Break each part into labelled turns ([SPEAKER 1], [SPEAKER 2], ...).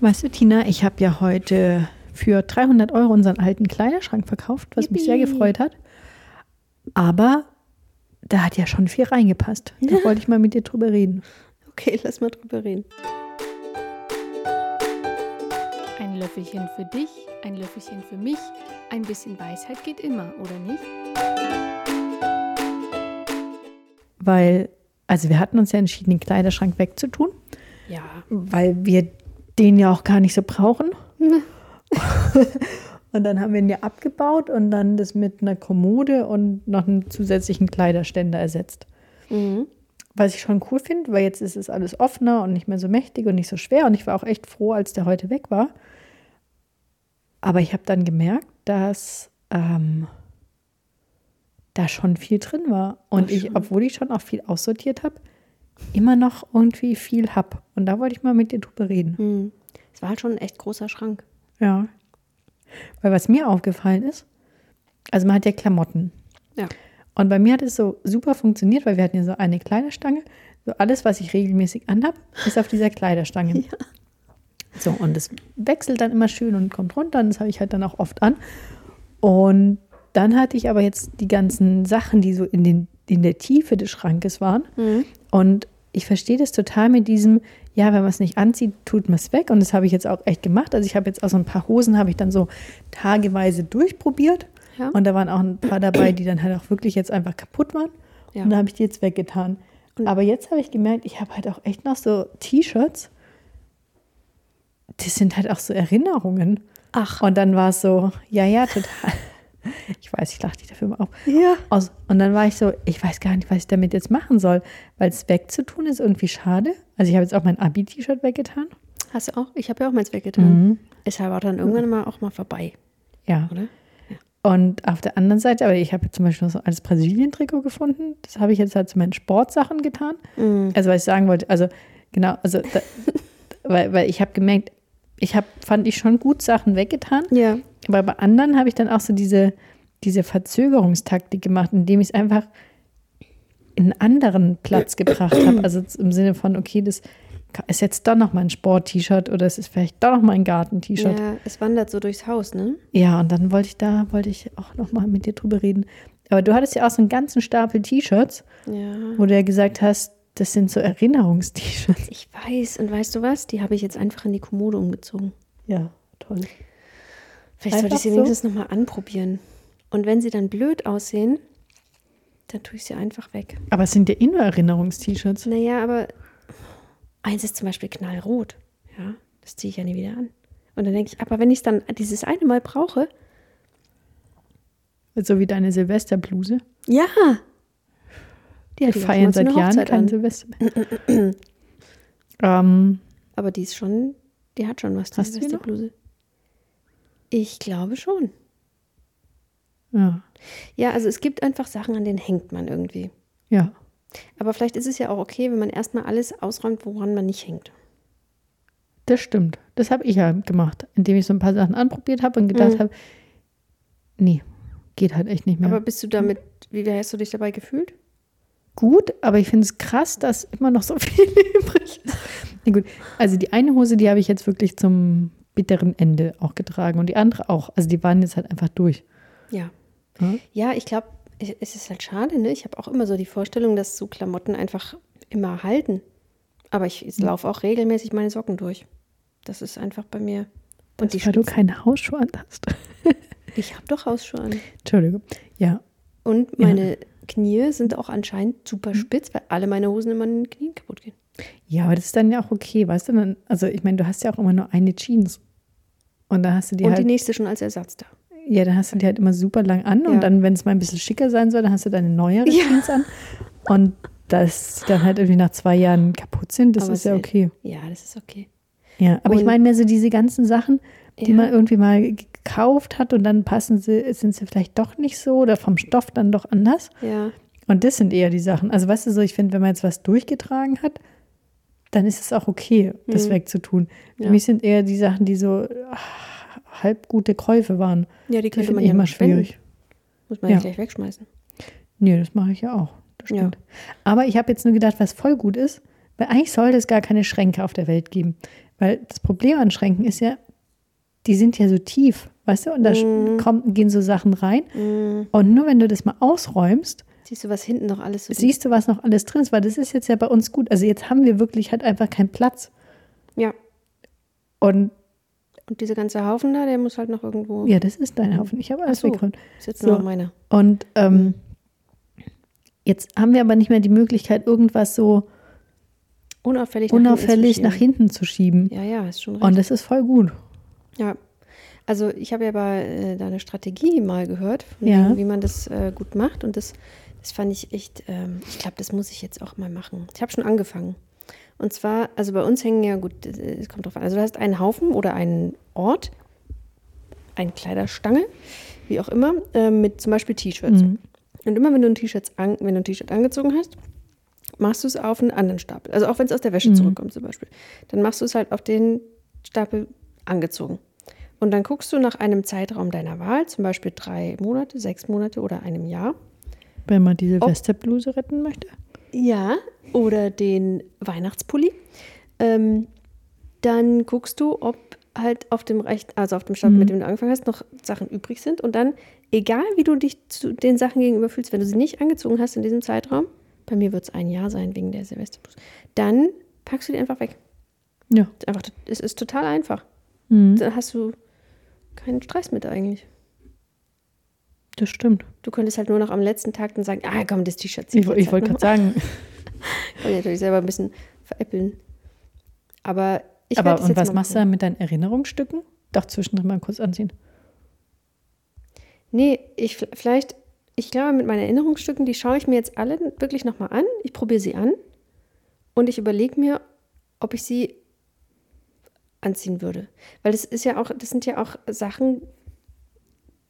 [SPEAKER 1] Weißt du, Tina, ich habe ja heute für 300 Euro unseren alten Kleiderschrank verkauft, was mich sehr
[SPEAKER 2] Yippie.
[SPEAKER 1] gefreut hat. Aber da hat ja schon viel reingepasst. Da wollte ich mal mit dir drüber reden.
[SPEAKER 2] Okay, lass mal drüber reden.
[SPEAKER 3] Ein Löffelchen für dich, ein Löffelchen für mich. Ein bisschen Weisheit geht immer, oder nicht?
[SPEAKER 1] Weil, also wir hatten uns ja entschieden, den Kleiderschrank wegzutun,
[SPEAKER 3] Ja.
[SPEAKER 1] weil wir den ja auch gar nicht so brauchen. und dann haben wir ihn ja abgebaut und dann das mit einer Kommode und noch einem zusätzlichen Kleiderständer ersetzt.
[SPEAKER 2] Mhm.
[SPEAKER 1] Was ich schon cool finde, weil jetzt ist es alles offener und nicht mehr so mächtig und nicht so schwer. Und ich war auch echt froh, als der heute weg war. Aber ich habe dann gemerkt, dass ähm, da schon viel drin war. Und ich, obwohl ich schon auch viel aussortiert habe, immer noch irgendwie viel hab. Und da wollte ich mal mit dir drüber reden.
[SPEAKER 2] Mhm. Es war halt schon ein echt großer Schrank.
[SPEAKER 1] Ja. Weil was mir aufgefallen ist, also man hat ja Klamotten.
[SPEAKER 2] Ja.
[SPEAKER 1] Und bei mir hat es so super funktioniert, weil wir hatten ja so eine Kleiderstange. So alles, was ich regelmäßig anhab, ist auf dieser Kleiderstange. So, und es wechselt dann immer schön und kommt runter. Und das habe ich halt dann auch oft an. Und dann hatte ich aber jetzt die ganzen Sachen, die so in, den, in der Tiefe des Schrankes waren.
[SPEAKER 2] Mhm.
[SPEAKER 1] Und ich verstehe das total mit diesem, ja, wenn man es nicht anzieht, tut man es weg. Und das habe ich jetzt auch echt gemacht. Also ich habe jetzt auch so ein paar Hosen, habe ich dann so tageweise durchprobiert.
[SPEAKER 2] Ja.
[SPEAKER 1] Und da waren auch ein paar dabei, die dann halt auch wirklich jetzt einfach kaputt waren.
[SPEAKER 2] Ja.
[SPEAKER 1] Und da habe ich die jetzt weggetan. Aber jetzt habe ich gemerkt, ich habe halt auch echt noch so T-Shirts. Das sind halt auch so Erinnerungen.
[SPEAKER 2] Ach.
[SPEAKER 1] Und dann war es so, ja, ja, total. Ich weiß, ich lache dich dafür mal auf.
[SPEAKER 2] Ja.
[SPEAKER 1] Aus. Und dann war ich so, ich weiß gar nicht, was ich damit jetzt machen soll, weil es wegzutun ist irgendwie schade. Also ich habe jetzt auch mein Abi-T-Shirt weggetan.
[SPEAKER 2] Hast du auch? Ich habe ja auch meins weggetan. Ist halt auch dann irgendwann mal auch mal vorbei,
[SPEAKER 1] Ja.
[SPEAKER 2] oder?
[SPEAKER 1] Und auf der anderen Seite, aber ich habe jetzt zum Beispiel noch so ein altes Brasilien-Trikot gefunden. Das habe ich jetzt halt zu meinen Sportsachen getan. Also was ich sagen wollte, also genau, also da, weil, weil ich habe gemerkt, ich habe, fand ich schon gut Sachen weggetan.
[SPEAKER 2] Ja.
[SPEAKER 1] Aber bei anderen habe ich dann auch so diese, diese Verzögerungstaktik gemacht, indem ich es einfach in einen anderen Platz gebracht habe. Also z- im Sinne von, okay, das ka- ist jetzt doch noch mal ein Sport-T-Shirt oder es ist vielleicht doch noch mal ein Garten-T-Shirt. Ja.
[SPEAKER 2] Ja, es wandert so durchs Haus, ne?
[SPEAKER 1] und dann wollte ich da, wollte ich auch noch mal mit dir drüber reden. Aber du hattest ja auch so einen ganzen Stapel T-Shirts,
[SPEAKER 2] Ja.
[SPEAKER 1] wo du ja gesagt hast, das sind so Erinnerungst-T-Shirts.
[SPEAKER 2] Ich weiß. Und weißt du was? Die habe ich jetzt einfach in die Kommode umgezogen.
[SPEAKER 1] Ja, toll.
[SPEAKER 2] Vielleicht sollte
[SPEAKER 1] Einfach
[SPEAKER 2] ich sie
[SPEAKER 1] so?
[SPEAKER 2] wenigstens nochmal anprobieren. Und wenn sie dann blöd aussehen, dann tue ich sie einfach weg.
[SPEAKER 1] Aber es sind ja eh nur Erinnerungst-T-Shirts.
[SPEAKER 2] Naja, aber eins ist zum Beispiel knallrot. Ja, das ziehe ich ja nie wieder an. Und dann denke ich, aber wenn ich es dann dieses eine Mal brauche,
[SPEAKER 1] So wie deine Silvesterbluse.
[SPEAKER 2] ja. Die
[SPEAKER 1] Wir
[SPEAKER 2] hatte ich auch schon
[SPEAKER 1] feiern
[SPEAKER 2] mal zu
[SPEAKER 1] seit
[SPEAKER 2] einer
[SPEAKER 1] Jahren
[SPEAKER 2] Hochzeit
[SPEAKER 1] kein
[SPEAKER 2] an.
[SPEAKER 1] Silvester mehr. ähm,
[SPEAKER 2] Aber die ist schon, die hat schon was, die
[SPEAKER 1] Hast du die noch?
[SPEAKER 2] Silvesterbluse. Ich glaube schon.
[SPEAKER 1] ja.
[SPEAKER 2] Ja, also es gibt einfach Sachen, an denen hängt man irgendwie.
[SPEAKER 1] ja.
[SPEAKER 2] Aber vielleicht ist es ja auch okay, wenn man erstmal alles ausräumt, woran man nicht hängt.
[SPEAKER 1] Das stimmt. Das habe ich ja gemacht, indem ich so ein paar Sachen anprobiert habe und gedacht habe, nee, geht halt echt nicht mehr.
[SPEAKER 2] Aber bist du damit, wie hast du dich dabei gefühlt?
[SPEAKER 1] gut, aber ich finde es krass, dass immer noch so viel übrig ist. Na gut, also die eine Hose, die habe ich jetzt wirklich zum bitteren Ende auch getragen und die andere auch. Also die waren jetzt halt einfach durch.
[SPEAKER 2] Ja.
[SPEAKER 1] Ja.
[SPEAKER 2] Ja, ich glaube, es ist halt schade, ne? Ich habe auch immer so die Vorstellung, dass so Klamotten einfach immer halten. Aber ich,
[SPEAKER 1] Mhm.
[SPEAKER 2] ich laufe auch regelmäßig meine Socken durch. Das ist einfach bei mir. Und die
[SPEAKER 1] weil du halt
[SPEAKER 2] Schuhe.
[SPEAKER 1] keine Hausschuhe an hast.
[SPEAKER 2] Ich habe doch Hausschuhe an.
[SPEAKER 1] Entschuldigung. Ja,
[SPEAKER 2] Und
[SPEAKER 1] Ja.
[SPEAKER 2] meine Knie sind auch anscheinend super spitz, weil alle meine Hosen immer in den Knien kaputt gehen.
[SPEAKER 1] Ja, aber das ist dann ja auch okay, weißt du? Dann, also ich meine, du hast ja auch immer nur eine Jeans. Und dann hast du die
[SPEAKER 2] Und
[SPEAKER 1] halt,
[SPEAKER 2] die ne- nächste schon als Ersatz da.
[SPEAKER 1] ja, dann hast du die halt immer super lang an und
[SPEAKER 2] Ja.
[SPEAKER 1] dann, wenn es mal ein bisschen schicker sein soll, dann hast du deine neuere
[SPEAKER 2] Ja.
[SPEAKER 1] Jeans an. Und dass die dann halt irgendwie nach zwei Jahren kaputt sind, das
[SPEAKER 2] Aber
[SPEAKER 1] ist ja
[SPEAKER 2] es-
[SPEAKER 1] okay.
[SPEAKER 2] Ja, das ist okay.
[SPEAKER 1] Ja, aber ich
[SPEAKER 2] Und-
[SPEAKER 1] meine mehr so diese ganzen Sachen, die
[SPEAKER 2] Ja.
[SPEAKER 1] man irgendwie mal gekauft hat und dann passen sie, sind sie vielleicht doch nicht so oder vom Stoff dann doch anders.
[SPEAKER 2] Ja.
[SPEAKER 1] Und das sind eher die Sachen. Also weißt du so, ich finde, wenn man jetzt was durchgetragen hat, dann ist es auch okay, das wegzutun. Für
[SPEAKER 2] Mhm. Ja.
[SPEAKER 1] mich sind eher die Sachen, die so ah, halb gute Käufe waren.
[SPEAKER 2] Ja, die
[SPEAKER 1] Die
[SPEAKER 2] könnte
[SPEAKER 1] finde
[SPEAKER 2] man
[SPEAKER 1] ich
[SPEAKER 2] ja
[SPEAKER 1] immer
[SPEAKER 2] mal spenden.
[SPEAKER 1] schwierig.
[SPEAKER 2] Muss man ja
[SPEAKER 1] Ja.
[SPEAKER 2] gleich wegschmeißen.
[SPEAKER 1] Nee, das mache ich ja auch. Das
[SPEAKER 2] Ja.
[SPEAKER 1] stimmt. Aber ich habe jetzt nur gedacht, was voll gut ist, weil eigentlich sollte es gar keine Schränke auf der Welt geben. Weil das Problem an Schränken ist ja, die sind ja so tief, weißt du? Und da
[SPEAKER 2] Mhm.
[SPEAKER 1] sch- kommen, gehen so Sachen rein. Und nur wenn du das mal ausräumst,
[SPEAKER 2] Siehst du, was hinten noch alles so
[SPEAKER 1] siehst du, was noch alles drin ist. Weil das ist jetzt ja bei uns gut. Also jetzt haben wir wirklich halt einfach keinen Platz.
[SPEAKER 2] Ja.
[SPEAKER 1] Und
[SPEAKER 2] Und dieser ganze Haufen da, der muss halt noch irgendwo.
[SPEAKER 1] ja, das ist dein Haufen. Ich habe alles
[SPEAKER 2] so.
[SPEAKER 1] weggeräumt.
[SPEAKER 2] Ist jetzt
[SPEAKER 1] So.
[SPEAKER 2] nur noch meiner.
[SPEAKER 1] Und ähm, jetzt haben wir aber nicht mehr die Möglichkeit, irgendwas so
[SPEAKER 2] Unauffällig. nach hinten
[SPEAKER 1] unauffällig
[SPEAKER 2] zu
[SPEAKER 1] nach
[SPEAKER 2] schieben.
[SPEAKER 1] hinten zu schieben.
[SPEAKER 2] Ja, ja, ist schon
[SPEAKER 1] Und
[SPEAKER 2] richtig.
[SPEAKER 1] das ist voll gut.
[SPEAKER 2] Ja. Also ich habe ja bei äh, deiner Strategie mal gehört, von
[SPEAKER 1] Ja.
[SPEAKER 2] wegen, wie man das äh, gut macht. Und das, das fand ich echt, ähm, ich glaube, das muss ich jetzt auch mal machen. Ich habe schon angefangen. Und zwar, also bei uns hängen ja gut, äh, es kommt drauf an. Also du hast einen Haufen oder einen Ort, eine Kleiderstange, wie auch immer, äh, mit zum Beispiel T-Shirts.
[SPEAKER 1] Mhm.
[SPEAKER 2] Und immer wenn du ein T-Shirt an, wenn du ein T-Shirt angezogen hast, machst du es auf einen anderen Stapel. Also auch wenn es aus der Wäsche
[SPEAKER 1] Mhm.
[SPEAKER 2] zurückkommt zum Beispiel, dann machst du es halt auf den Stapel angezogen. Und dann guckst du nach einem Zeitraum deiner Wahl, zum Beispiel drei Monate, sechs Monate oder einem Jahr.
[SPEAKER 1] Wenn man diese
[SPEAKER 2] Ob-
[SPEAKER 1] Westerbluse retten möchte.
[SPEAKER 2] Ja, oder den Weihnachtspulli. Ähm, dann guckst du, ob halt auf dem recht, also auf dem Stapel,
[SPEAKER 1] Mhm.
[SPEAKER 2] mit dem du angefangen hast, noch Sachen übrig sind. Und dann, egal wie du dich zu den Sachen gegenüber fühlst, wenn du sie nicht angezogen hast in diesem Zeitraum, bei mir wird es ein Jahr sein wegen der Silvesterplus, dann packst du die einfach weg.
[SPEAKER 1] Ja.
[SPEAKER 2] Ist Einfach, es ist total einfach.
[SPEAKER 1] Mhm.
[SPEAKER 2] Dann hast du keinen Stress mit eigentlich.
[SPEAKER 1] Das stimmt.
[SPEAKER 2] Du könntest halt nur noch am letzten Tag dann sagen, ah komm, das T-Shirt zieh
[SPEAKER 1] Ich, wo-
[SPEAKER 2] jetzt
[SPEAKER 1] ich
[SPEAKER 2] halt
[SPEAKER 1] wollte
[SPEAKER 2] noch
[SPEAKER 1] gerade sagen.
[SPEAKER 2] Kann Oh ich natürlich selber ein bisschen veräppeln. Aber ich werd
[SPEAKER 1] aber
[SPEAKER 2] das
[SPEAKER 1] und
[SPEAKER 2] jetzt
[SPEAKER 1] was
[SPEAKER 2] mal
[SPEAKER 1] machst du
[SPEAKER 2] machen.
[SPEAKER 1] dann mit deinen Erinnerungsstücken? Doch zwischendrin mal kurz anziehen.
[SPEAKER 2] Nee, ich v- vielleicht, ich glaube, mit meinen Erinnerungsstücken, die schaue ich mir jetzt alle wirklich nochmal an. Ich probiere sie an und ich überlege mir, ob ich sie anziehen würde. Weil das ist ja auch, das sind ja auch Sachen,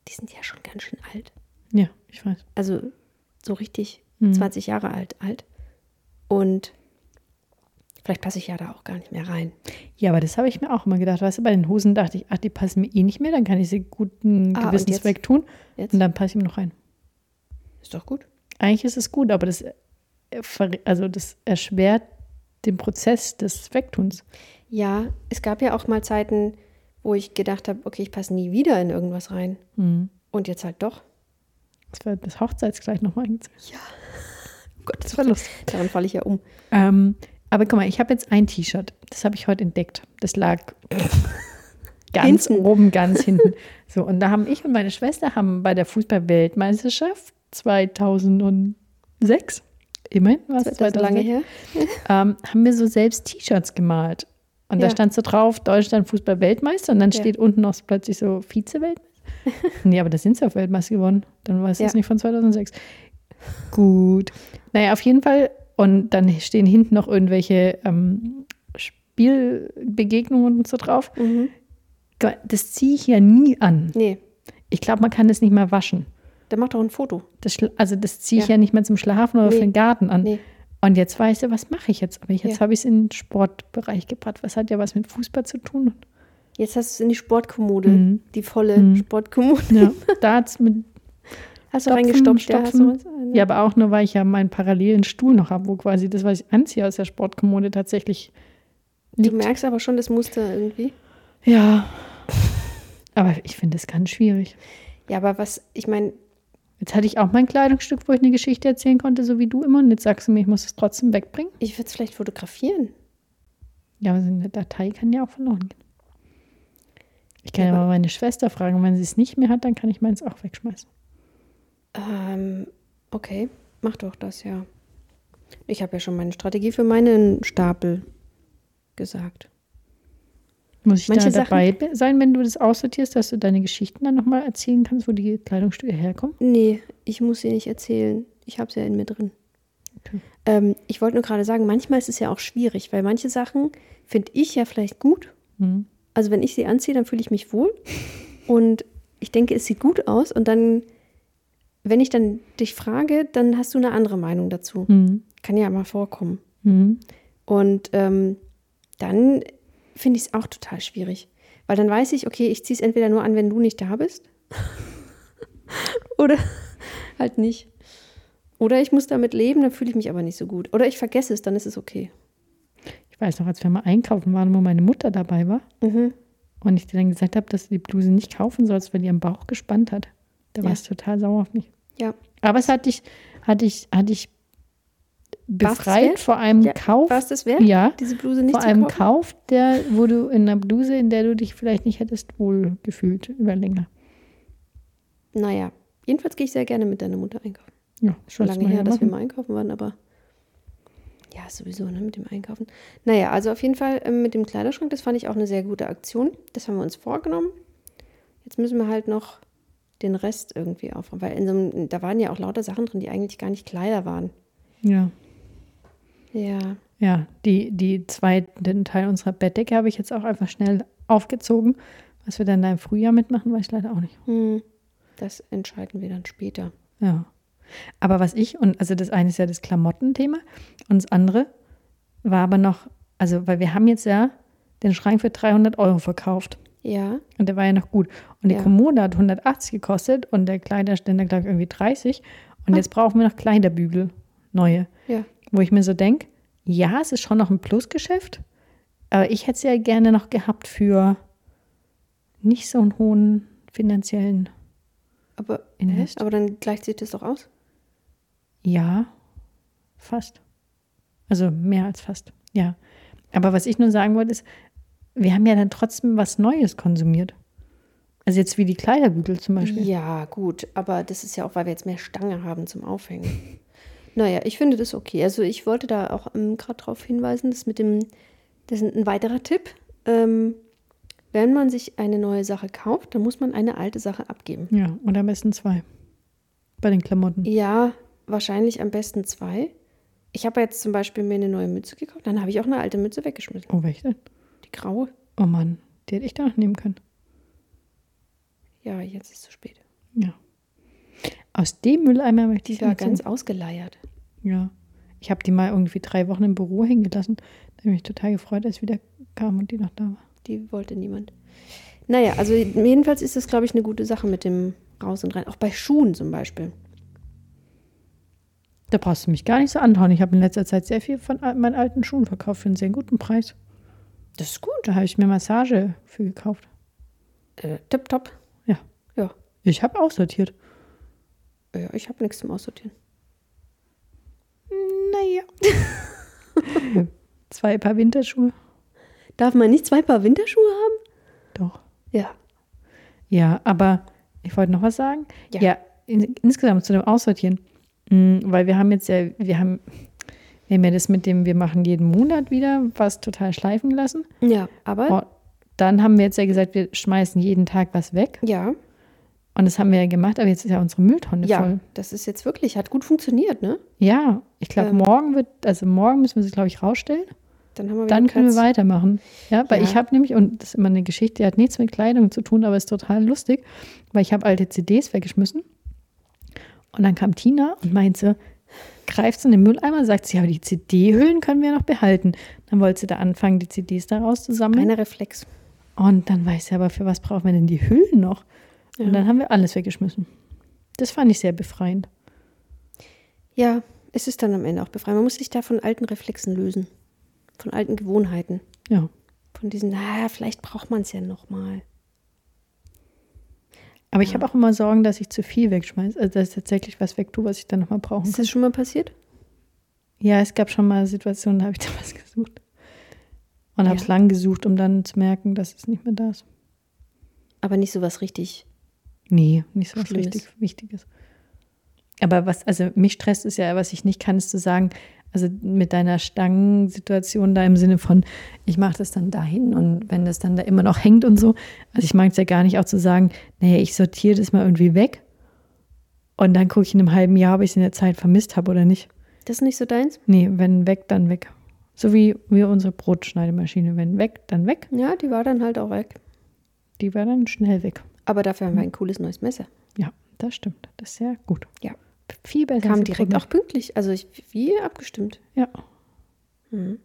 [SPEAKER 2] die sind ja schon ganz schön alt.
[SPEAKER 1] Ja, ich weiß.
[SPEAKER 2] also so richtig
[SPEAKER 1] Mhm.
[SPEAKER 2] 20 Jahre alt, alt. Und vielleicht passe ich ja da auch gar nicht mehr rein.
[SPEAKER 1] Ja, aber das habe ich mir auch immer gedacht. Weißt du, bei den Hosen dachte ich, ach, die passen mir eh nicht mehr, dann kann ich sie guten
[SPEAKER 2] Ah, und
[SPEAKER 1] Gewissens
[SPEAKER 2] jetzt?
[SPEAKER 1] wegtun
[SPEAKER 2] Jetzt
[SPEAKER 1] und dann passe ich mir noch rein.
[SPEAKER 2] ist doch gut.
[SPEAKER 1] Eigentlich ist es gut, aber das, äh, ver- also das erschwert den Prozess des Wegtuns.
[SPEAKER 2] Ja, es gab ja auch mal Zeiten, wo ich gedacht habe, okay, ich passe nie wieder in irgendwas rein.
[SPEAKER 1] Mhm.
[SPEAKER 2] Und jetzt halt doch.
[SPEAKER 1] Das war das Hochzeitskleid nochmal eingezogen.
[SPEAKER 2] Gott,
[SPEAKER 1] Das war lustig.
[SPEAKER 2] Daran falle ich ja um.
[SPEAKER 1] Ähm, aber guck mal, ich habe jetzt ein T-Shirt. Das habe ich heute entdeckt. Das lag ganz
[SPEAKER 2] Hinten.
[SPEAKER 1] oben, ganz hinten. So, und da haben ich und meine Schwester haben bei der Fußball-Weltmeisterschaft 2006, immerhin war es
[SPEAKER 2] Das ist so lange
[SPEAKER 1] 2006,
[SPEAKER 2] her.
[SPEAKER 1] ähm, haben wir so selbst T-Shirts gemalt. Und da
[SPEAKER 2] Ja.
[SPEAKER 1] stand so drauf, Deutschland Fußball-Weltmeister. Und dann
[SPEAKER 2] Ja.
[SPEAKER 1] steht unten noch plötzlich so Vize-Weltmeister. nee, aber da sind sie auf Weltmeister geworden. Dann war es
[SPEAKER 2] Ja.
[SPEAKER 1] das nicht von 2006. Gut. Naja, auf jeden Fall. Und dann stehen hinten noch irgendwelche ähm, Spielbegegnungen und so drauf.
[SPEAKER 2] Mhm.
[SPEAKER 1] Das ziehe ich ja nie an.
[SPEAKER 2] Nee,
[SPEAKER 1] Ich glaube, man kann das nicht mal waschen.
[SPEAKER 2] dann mach doch ein Foto.
[SPEAKER 1] Das, schla- also das ziehe ich ja.
[SPEAKER 2] Ja.
[SPEAKER 1] nicht mal zum Schlafen oder für
[SPEAKER 2] Nee.
[SPEAKER 1] den Garten an.
[SPEAKER 2] Nee.
[SPEAKER 1] Und jetzt weißt du, was mache ich jetzt? Aber jetzt
[SPEAKER 2] Ja.
[SPEAKER 1] habe ich es in den Sportbereich gebracht. Was hat ja was mit Fußball zu tun?
[SPEAKER 2] Jetzt hast du es in die Sportkommode,
[SPEAKER 1] Mhm.
[SPEAKER 2] die volle Sportkommode.
[SPEAKER 1] Ja, da hat's mit,
[SPEAKER 2] Hast du
[SPEAKER 1] Stopfen,
[SPEAKER 2] reingestopft, ja, hast du
[SPEAKER 1] stopfen.
[SPEAKER 2] was? Eine-
[SPEAKER 1] ja, aber auch nur, weil ich ja meinen parallelen Stuhl noch habe, wo quasi das, was ich anziehe aus der Sportkommode tatsächlich
[SPEAKER 2] Du
[SPEAKER 1] liegt.
[SPEAKER 2] merkst aber schon das Muster irgendwie.
[SPEAKER 1] Ja. Aber ich finde es ganz schwierig.
[SPEAKER 2] Ja, aber was, ich meine,
[SPEAKER 1] Jetzt hatte ich auch mein Kleidungsstück, wo ich eine Geschichte erzählen konnte, so wie du immer. Und jetzt sagst du mir, ich muss es trotzdem wegbringen.
[SPEAKER 2] ich würde es vielleicht fotografieren.
[SPEAKER 1] Ja, aber so eine Datei kann ja auch verloren gehen. Ich kann
[SPEAKER 2] Ja,
[SPEAKER 1] ja
[SPEAKER 2] aber-
[SPEAKER 1] mal meine Schwester fragen. Und wenn sie es nicht mehr hat, dann kann ich meins auch wegschmeißen.
[SPEAKER 2] Ähm, okay, mach doch das, ja. Ich habe ja schon meine Strategie für meinen Stapel gesagt.
[SPEAKER 1] Muss ich
[SPEAKER 2] Manche
[SPEAKER 1] da
[SPEAKER 2] Sachen-
[SPEAKER 1] dabei be- sein, wenn du das aussortierst, dass du deine Geschichten dann nochmal erzählen kannst, wo die Kleidungsstücke herkommen?
[SPEAKER 2] Nee, ich muss sie nicht erzählen. Ich habe sie ja in mir drin.
[SPEAKER 1] Okay.
[SPEAKER 2] Ähm, ich wollte nur gerade sagen, manchmal ist es ja auch schwierig, weil manche Sachen finde ich ja vielleicht gut.
[SPEAKER 1] Hm.
[SPEAKER 2] Also wenn ich sie anziehe, dann fühle ich mich wohl. Und ich denke, es sieht gut aus. Und dann, wenn ich dann dich frage, dann hast du eine andere Meinung dazu.
[SPEAKER 1] Hm.
[SPEAKER 2] Kann ja mal vorkommen.
[SPEAKER 1] Hm.
[SPEAKER 2] Und ähm, dann finde ich es auch total schwierig. Weil dann weiß ich, okay, ich ziehe es entweder nur an, wenn du nicht da bist. Oder halt nicht. Oder ich muss damit leben, dann fühle ich mich aber nicht so gut. Oder ich vergesse es, dann ist es okay.
[SPEAKER 1] Ich weiß noch, als wir mal einkaufen waren, wo meine Mutter dabei war
[SPEAKER 2] Mhm.
[SPEAKER 1] und ich dir dann gesagt habe, dass du die Bluse nicht kaufen sollst, weil die am Bauch gespannt hat. Da
[SPEAKER 2] Ja.
[SPEAKER 1] warst du total sauer auf mich.
[SPEAKER 2] Ja.
[SPEAKER 1] Aber es hat dich, hat dich, hat dich
[SPEAKER 2] War's
[SPEAKER 1] befreit
[SPEAKER 2] wert?
[SPEAKER 1] vor einem
[SPEAKER 2] Ja,
[SPEAKER 1] Kauf.
[SPEAKER 2] War es das wert,
[SPEAKER 1] Ja,
[SPEAKER 2] diese Bluse nicht
[SPEAKER 1] vor
[SPEAKER 2] zu
[SPEAKER 1] einem
[SPEAKER 2] kaufen?
[SPEAKER 1] Kauf, der, wo du in einer Bluse, in der du dich vielleicht nicht hättest wohl gefühlt über länger.
[SPEAKER 2] Naja, jedenfalls gehe ich sehr gerne mit deiner Mutter einkaufen.
[SPEAKER 1] Ja,
[SPEAKER 2] Schon
[SPEAKER 1] sollst
[SPEAKER 2] lange
[SPEAKER 1] man ja
[SPEAKER 2] her, dass wir
[SPEAKER 1] machen.
[SPEAKER 2] mal einkaufen waren, aber ja, sowieso, ne, mit dem Einkaufen. Naja, also auf jeden Fall ähm, mit dem Kleiderschrank, das fand ich auch eine sehr gute Aktion. Das haben wir uns vorgenommen. Jetzt müssen wir halt noch den Rest irgendwie aufräumen, weil in so einem, da waren ja auch lauter Sachen drin, die eigentlich gar nicht Kleider waren.
[SPEAKER 1] Ja.
[SPEAKER 2] Ja,
[SPEAKER 1] Ja, die, die zweiten Teil unserer Bettdecke habe ich jetzt auch einfach schnell aufgezogen. Was wir dann da im Frühjahr mitmachen, weiß ich leider auch nicht.
[SPEAKER 2] hm, das entscheiden wir dann später.
[SPEAKER 1] Ja. Aber was ich, und also das eine ist ja das Klamottenthema und das andere war aber noch, also weil wir haben jetzt ja den Schrank für 300 Euro verkauft
[SPEAKER 2] Ja,
[SPEAKER 1] und der war ja noch gut. Und die
[SPEAKER 2] Ja.
[SPEAKER 1] Kommode hat 180 gekostet und der Kleiderständer, glaube ich, irgendwie 30. Und
[SPEAKER 2] Ah.
[SPEAKER 1] jetzt brauchen wir noch Kleiderbügel, neue.
[SPEAKER 2] ja,
[SPEAKER 1] Wo ich mir so denke, ja, es ist schon noch ein Plusgeschäft, aber ich hätte es ja gerne noch gehabt für nicht so einen hohen finanziellen,
[SPEAKER 2] aber, hä?
[SPEAKER 1] Invest.
[SPEAKER 2] aber dann gleicht sich das doch aus.
[SPEAKER 1] ja, fast. Also mehr als fast, ja. Aber was ich nur sagen wollte, ist, wir haben ja dann trotzdem was Neues konsumiert. Also jetzt wie die Kleiderbügel zum Beispiel.
[SPEAKER 2] Ja, gut, aber das ist ja auch, weil wir jetzt mehr Stange haben zum Aufhängen. Naja, ich finde das okay. Also ich wollte da auch ähm, gerade darauf hinweisen, dass mit dem, das ist ein weiterer Tipp. Ähm, wenn man sich eine neue Sache kauft, dann muss man eine alte Sache abgeben.
[SPEAKER 1] Ja, und am besten zwei. Bei den Klamotten.
[SPEAKER 2] Ja, wahrscheinlich am besten zwei. Ich habe jetzt zum Beispiel mir eine neue Mütze gekauft, dann habe ich auch eine alte Mütze weggeschmissen.
[SPEAKER 1] Oh, welche denn?
[SPEAKER 2] Die graue.
[SPEAKER 1] Oh Mann, die hätte ich da noch nehmen können.
[SPEAKER 2] Ja, jetzt ist es zu spät.
[SPEAKER 1] Ja. Aus dem Mülleimer möchte ich
[SPEAKER 2] Die war
[SPEAKER 1] nicht so-
[SPEAKER 2] ganz ausgeleiert.
[SPEAKER 1] Ja. Ich habe die mal irgendwie drei Wochen im Büro hängen gelassen. Da habe ich mich total gefreut, als ich wieder kam und die noch da war.
[SPEAKER 2] Die wollte niemand. Naja, also jedenfalls ist das, glaube ich, eine gute Sache mit dem Raus und Rein. Auch bei Schuhen zum Beispiel.
[SPEAKER 1] Da brauchst du mich gar nicht so anhauen. Ich habe in letzter Zeit sehr viel von al- meinen alten Schuhen verkauft für einen sehr guten Preis.
[SPEAKER 2] Das ist gut.
[SPEAKER 1] Da habe ich mir Massage für gekauft.
[SPEAKER 2] Äh, tip top.
[SPEAKER 1] Ja.
[SPEAKER 2] Ja.
[SPEAKER 1] Ich habe aussortiert.
[SPEAKER 2] ja ich habe nichts zum Aussortieren.
[SPEAKER 1] Naja. Zwei Paar Winterschuhe.
[SPEAKER 2] Darf man nicht zwei Paar Winterschuhe haben?
[SPEAKER 1] Doch.
[SPEAKER 2] Ja.
[SPEAKER 1] Ja, aber ich wollte noch was sagen.
[SPEAKER 2] Ja.
[SPEAKER 1] Ja, in, insgesamt zu dem Aussortieren. Mm, weil wir haben jetzt ja, wir haben, wir haben ja das mit dem, wir machen jeden Monat wieder was total schleifen gelassen.
[SPEAKER 2] Ja, aber.
[SPEAKER 1] Und dann haben wir jetzt ja gesagt, wir schmeißen jeden Tag was weg.
[SPEAKER 2] Ja,
[SPEAKER 1] Und das haben wir ja gemacht, aber jetzt ist ja unsere Mülltonne
[SPEAKER 2] ja,
[SPEAKER 1] voll.
[SPEAKER 2] das ist jetzt wirklich, hat gut funktioniert, ne?
[SPEAKER 1] Ja, ich glaube,
[SPEAKER 2] Ähm.
[SPEAKER 1] morgen wird, also morgen müssen wir sie, glaube ich, rausstellen.
[SPEAKER 2] Dann haben wir wieder
[SPEAKER 1] Dann können wir
[SPEAKER 2] Platz.
[SPEAKER 1] weitermachen. Ja, weil
[SPEAKER 2] Ja.
[SPEAKER 1] ich habe nämlich, und das ist immer eine Geschichte, die hat nichts mit Kleidung zu tun, aber ist total lustig, weil ich habe alte CDs weggeschmissen. Und dann kam Tina und meinte, greift sie in den Mülleimer, sagt sie, aber die CD-Hüllen können wir ja noch behalten. Dann wollte sie da anfangen, die CDs daraus zu sammeln.
[SPEAKER 2] Reiner Reflex.
[SPEAKER 1] Und dann weiß sie aber, für was brauchen wir denn die Hüllen noch?
[SPEAKER 2] Ja.
[SPEAKER 1] Und dann haben wir alles weggeschmissen. Das fand ich sehr befreiend.
[SPEAKER 2] Ja, es ist dann am Ende auch befreit. Man muss sich da von alten Reflexen lösen. Von alten Gewohnheiten.
[SPEAKER 1] Ja.
[SPEAKER 2] Von diesen, naja, vielleicht braucht man es ja nochmal.
[SPEAKER 1] Aber ich habe auch immer Sorgen, dass ich zu viel wegschmeiße. Also, dass ich tatsächlich was weg tue, was ich dann nochmal brauche.
[SPEAKER 2] Ist das schon mal passiert?
[SPEAKER 1] Ja, es gab schon mal Situationen, da habe ich da was gesucht. Und habe es
[SPEAKER 2] Ja.
[SPEAKER 1] lang gesucht, um dann zu merken, dass es nicht mehr da ist.
[SPEAKER 2] Aber nicht sowas richtig.
[SPEAKER 1] Nee, nicht so was
[SPEAKER 2] Schlimmes.
[SPEAKER 1] richtig Wichtiges. Aber was, also mich stresst es ja, was ich nicht kann, ist zu sagen, also mit deiner Stangensituation da im Sinne von, ich mache das dann dahin und wenn das dann da immer noch hängt und so. Also ich mag es ja gar nicht auch zu sagen, naja, ich sortiere das mal irgendwie weg und dann gucke ich in einem halben Jahr, ob ich es in der Zeit vermisst habe oder nicht.
[SPEAKER 2] Das ist nicht so deins?
[SPEAKER 1] Nee, wenn weg, dann weg. So wie wir unsere Brotschneidemaschine. Wenn weg, dann weg.
[SPEAKER 2] Ja, die war dann halt auch weg.
[SPEAKER 1] Die war dann schnell weg.
[SPEAKER 2] Aber dafür haben wir ein cooles neues Messer.
[SPEAKER 1] Ja, das stimmt. Das ist sehr gut.
[SPEAKER 2] Ja.
[SPEAKER 1] Viel besser. als
[SPEAKER 2] Kam
[SPEAKER 1] die
[SPEAKER 2] direkt
[SPEAKER 1] Brotme-
[SPEAKER 2] auch pünktlich. Also ich, wie abgestimmt.
[SPEAKER 1] Ja,
[SPEAKER 2] Mhm.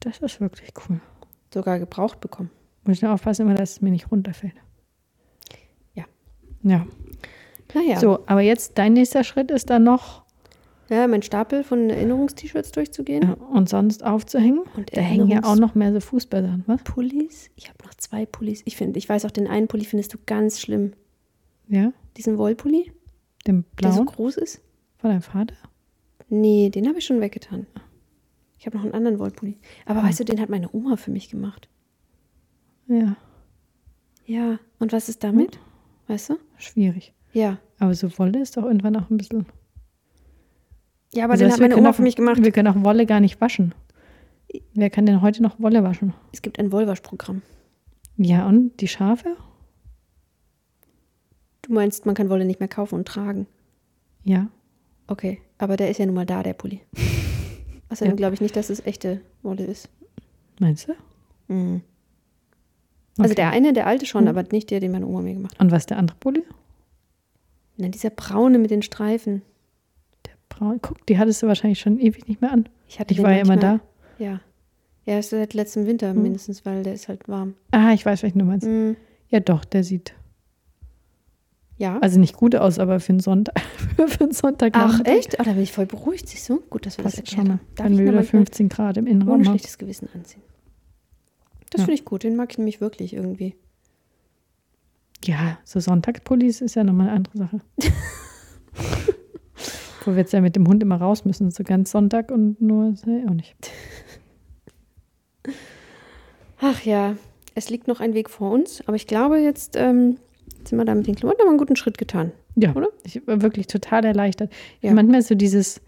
[SPEAKER 1] das ist wirklich cool.
[SPEAKER 2] Sogar gebraucht bekommen.
[SPEAKER 1] Muss ich nur aufpassen, immer, dass es mir nicht runterfällt.
[SPEAKER 2] Ja.
[SPEAKER 1] Ja.
[SPEAKER 2] Naja.
[SPEAKER 1] So, aber jetzt dein nächster Schritt ist dann noch
[SPEAKER 2] Ja, mein Stapel von Erinnerungst-T-Shirts durchzugehen.
[SPEAKER 1] Ja, äh, und sonst aufzuhängen.
[SPEAKER 2] Und
[SPEAKER 1] da hängen ja
[SPEAKER 2] Genau. Erinnerungs-
[SPEAKER 1] auch noch mehr so Fußballsachen, was?
[SPEAKER 2] Pullis. Ich habe noch zwei Pullis. Ich finde, ich weiß auch, den einen Pulli findest du ganz schlimm.
[SPEAKER 1] Ja,
[SPEAKER 2] Diesen Wollpulli,
[SPEAKER 1] den
[SPEAKER 2] der so
[SPEAKER 1] blauen
[SPEAKER 2] groß ist.
[SPEAKER 1] von deinem Vater.
[SPEAKER 2] Nee, den habe ich schon weggetan. Ich habe noch einen anderen Wollpulli. Aber weißt du, den hat meine Oma für mich gemacht.
[SPEAKER 1] Ja,
[SPEAKER 2] Ja. Hm. Und was ist damit? Weißt du?
[SPEAKER 1] schwierig.
[SPEAKER 2] Ja.
[SPEAKER 1] Aber so Wolle ist doch irgendwann auch ein bisschen.
[SPEAKER 2] Ja, aber
[SPEAKER 1] Also
[SPEAKER 2] den
[SPEAKER 1] weißt
[SPEAKER 2] hat
[SPEAKER 1] du, wir
[SPEAKER 2] meine
[SPEAKER 1] können
[SPEAKER 2] Oma
[SPEAKER 1] auch-
[SPEAKER 2] für mich gemacht.
[SPEAKER 1] Wir können auch Wolle gar nicht waschen. Wer kann denn heute noch Wolle waschen?
[SPEAKER 2] Es gibt ein Wollwaschprogramm.
[SPEAKER 1] Ja, und die Schafe?
[SPEAKER 2] Du meinst, man kann Wolle nicht mehr kaufen und tragen.
[SPEAKER 1] Ja.
[SPEAKER 2] Okay, aber der ist ja nun mal da, der Pulli. Außerdem
[SPEAKER 1] Ja.
[SPEAKER 2] glaube ich nicht, dass es echte Wolle ist.
[SPEAKER 1] Meinst du?
[SPEAKER 2] Also
[SPEAKER 1] Mhm. Okay. Mhm.
[SPEAKER 2] der eine, der alte schon, aber nicht der, den meine Oma mir gemacht hat.
[SPEAKER 1] Und was ist der andere Pulli?
[SPEAKER 2] Nein, dieser braune mit den Streifen.
[SPEAKER 1] Der braun. Guck, die hattest du wahrscheinlich schon ewig nicht mehr an.
[SPEAKER 2] Ich, hatte
[SPEAKER 1] Ich
[SPEAKER 2] den
[SPEAKER 1] war ja immer
[SPEAKER 2] manchmal-
[SPEAKER 1] da. Mhm.
[SPEAKER 2] Ja. Ja, ist seit letztem Winter mindestens, weil der ist halt warm.
[SPEAKER 1] Ah, ich weiß, welchen du meinst.
[SPEAKER 2] Mhm.
[SPEAKER 1] Ja, doch, der sieht
[SPEAKER 2] Ja.
[SPEAKER 1] also nicht gut aus, aber für einen Sonntag. für einen Sonntag
[SPEAKER 2] Ach, echt? Oh, da bin ich voll beruhigt, siehst du? Gut, dass wir das
[SPEAKER 1] Passt
[SPEAKER 2] erklärt
[SPEAKER 1] schon mal.
[SPEAKER 2] haben. Darf
[SPEAKER 1] Dann
[SPEAKER 2] ich ihn
[SPEAKER 1] wieder
[SPEAKER 2] aber
[SPEAKER 1] 15 Grad im Innenraum.
[SPEAKER 2] ohne
[SPEAKER 1] haben.
[SPEAKER 2] schlechtes Gewissen anziehen. Das
[SPEAKER 1] Ja.
[SPEAKER 2] finde ich gut, den mag ich nämlich wirklich irgendwie.
[SPEAKER 1] Ja, so Sonntagspullis ist ja nochmal eine andere Sache. Wo wir jetzt ja mit dem Hund immer raus müssen, so ganz Sonntag und nur ist ja auch nicht.
[SPEAKER 2] Ach ja, es liegt noch ein Weg vor uns, aber ich glaube, jetzt ähm, sind wir da mit den Klamotten aber einen guten Schritt getan.
[SPEAKER 1] Ja, oder?
[SPEAKER 2] Oder?
[SPEAKER 1] Ich war wirklich total erleichtert.
[SPEAKER 2] Ja.
[SPEAKER 1] Manchmal ist so dieses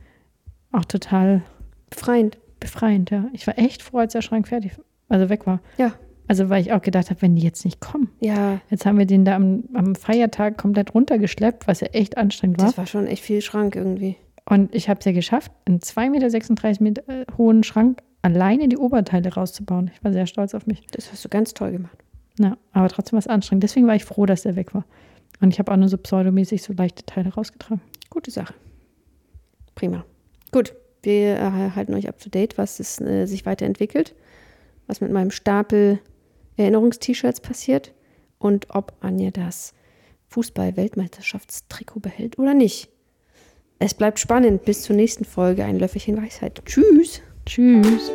[SPEAKER 1] auch total
[SPEAKER 2] Befreiend.
[SPEAKER 1] befreiend, ja. Ich war echt froh, als der Schrank fertig, also weg war.
[SPEAKER 2] Ja,
[SPEAKER 1] Also weil ich auch gedacht habe, wenn die jetzt nicht kommen.
[SPEAKER 2] ja,
[SPEAKER 1] Jetzt haben wir den da am, am Feiertag komplett runtergeschleppt, was ja echt anstrengend war.
[SPEAKER 2] das war schon echt viel Schrank irgendwie.
[SPEAKER 1] Und ich habe es ja geschafft, einen 2,36 Meter äh, hohen Schrank alleine die Oberteile rauszubauen. Ich war sehr stolz auf mich.
[SPEAKER 2] Das hast du ganz toll gemacht.
[SPEAKER 1] Ja, aber trotzdem war es anstrengend. Deswegen war ich froh, dass der weg war. Und ich habe auch nur so pseudomäßig so leichte Teile rausgetragen.
[SPEAKER 2] Gute Sache. Prima. Gut, wir äh, halten euch up to date, was es, äh, sich weiterentwickelt, was mit meinem Stapel Erinnerungst-T-Shirts passiert und ob Anja das Fußball-Weltmeisterschaftstrikot behält oder nicht. Es bleibt spannend. Bis zur nächsten Folge. Ein Löffelchen Weisheit. Tschüss.
[SPEAKER 1] Tschüss.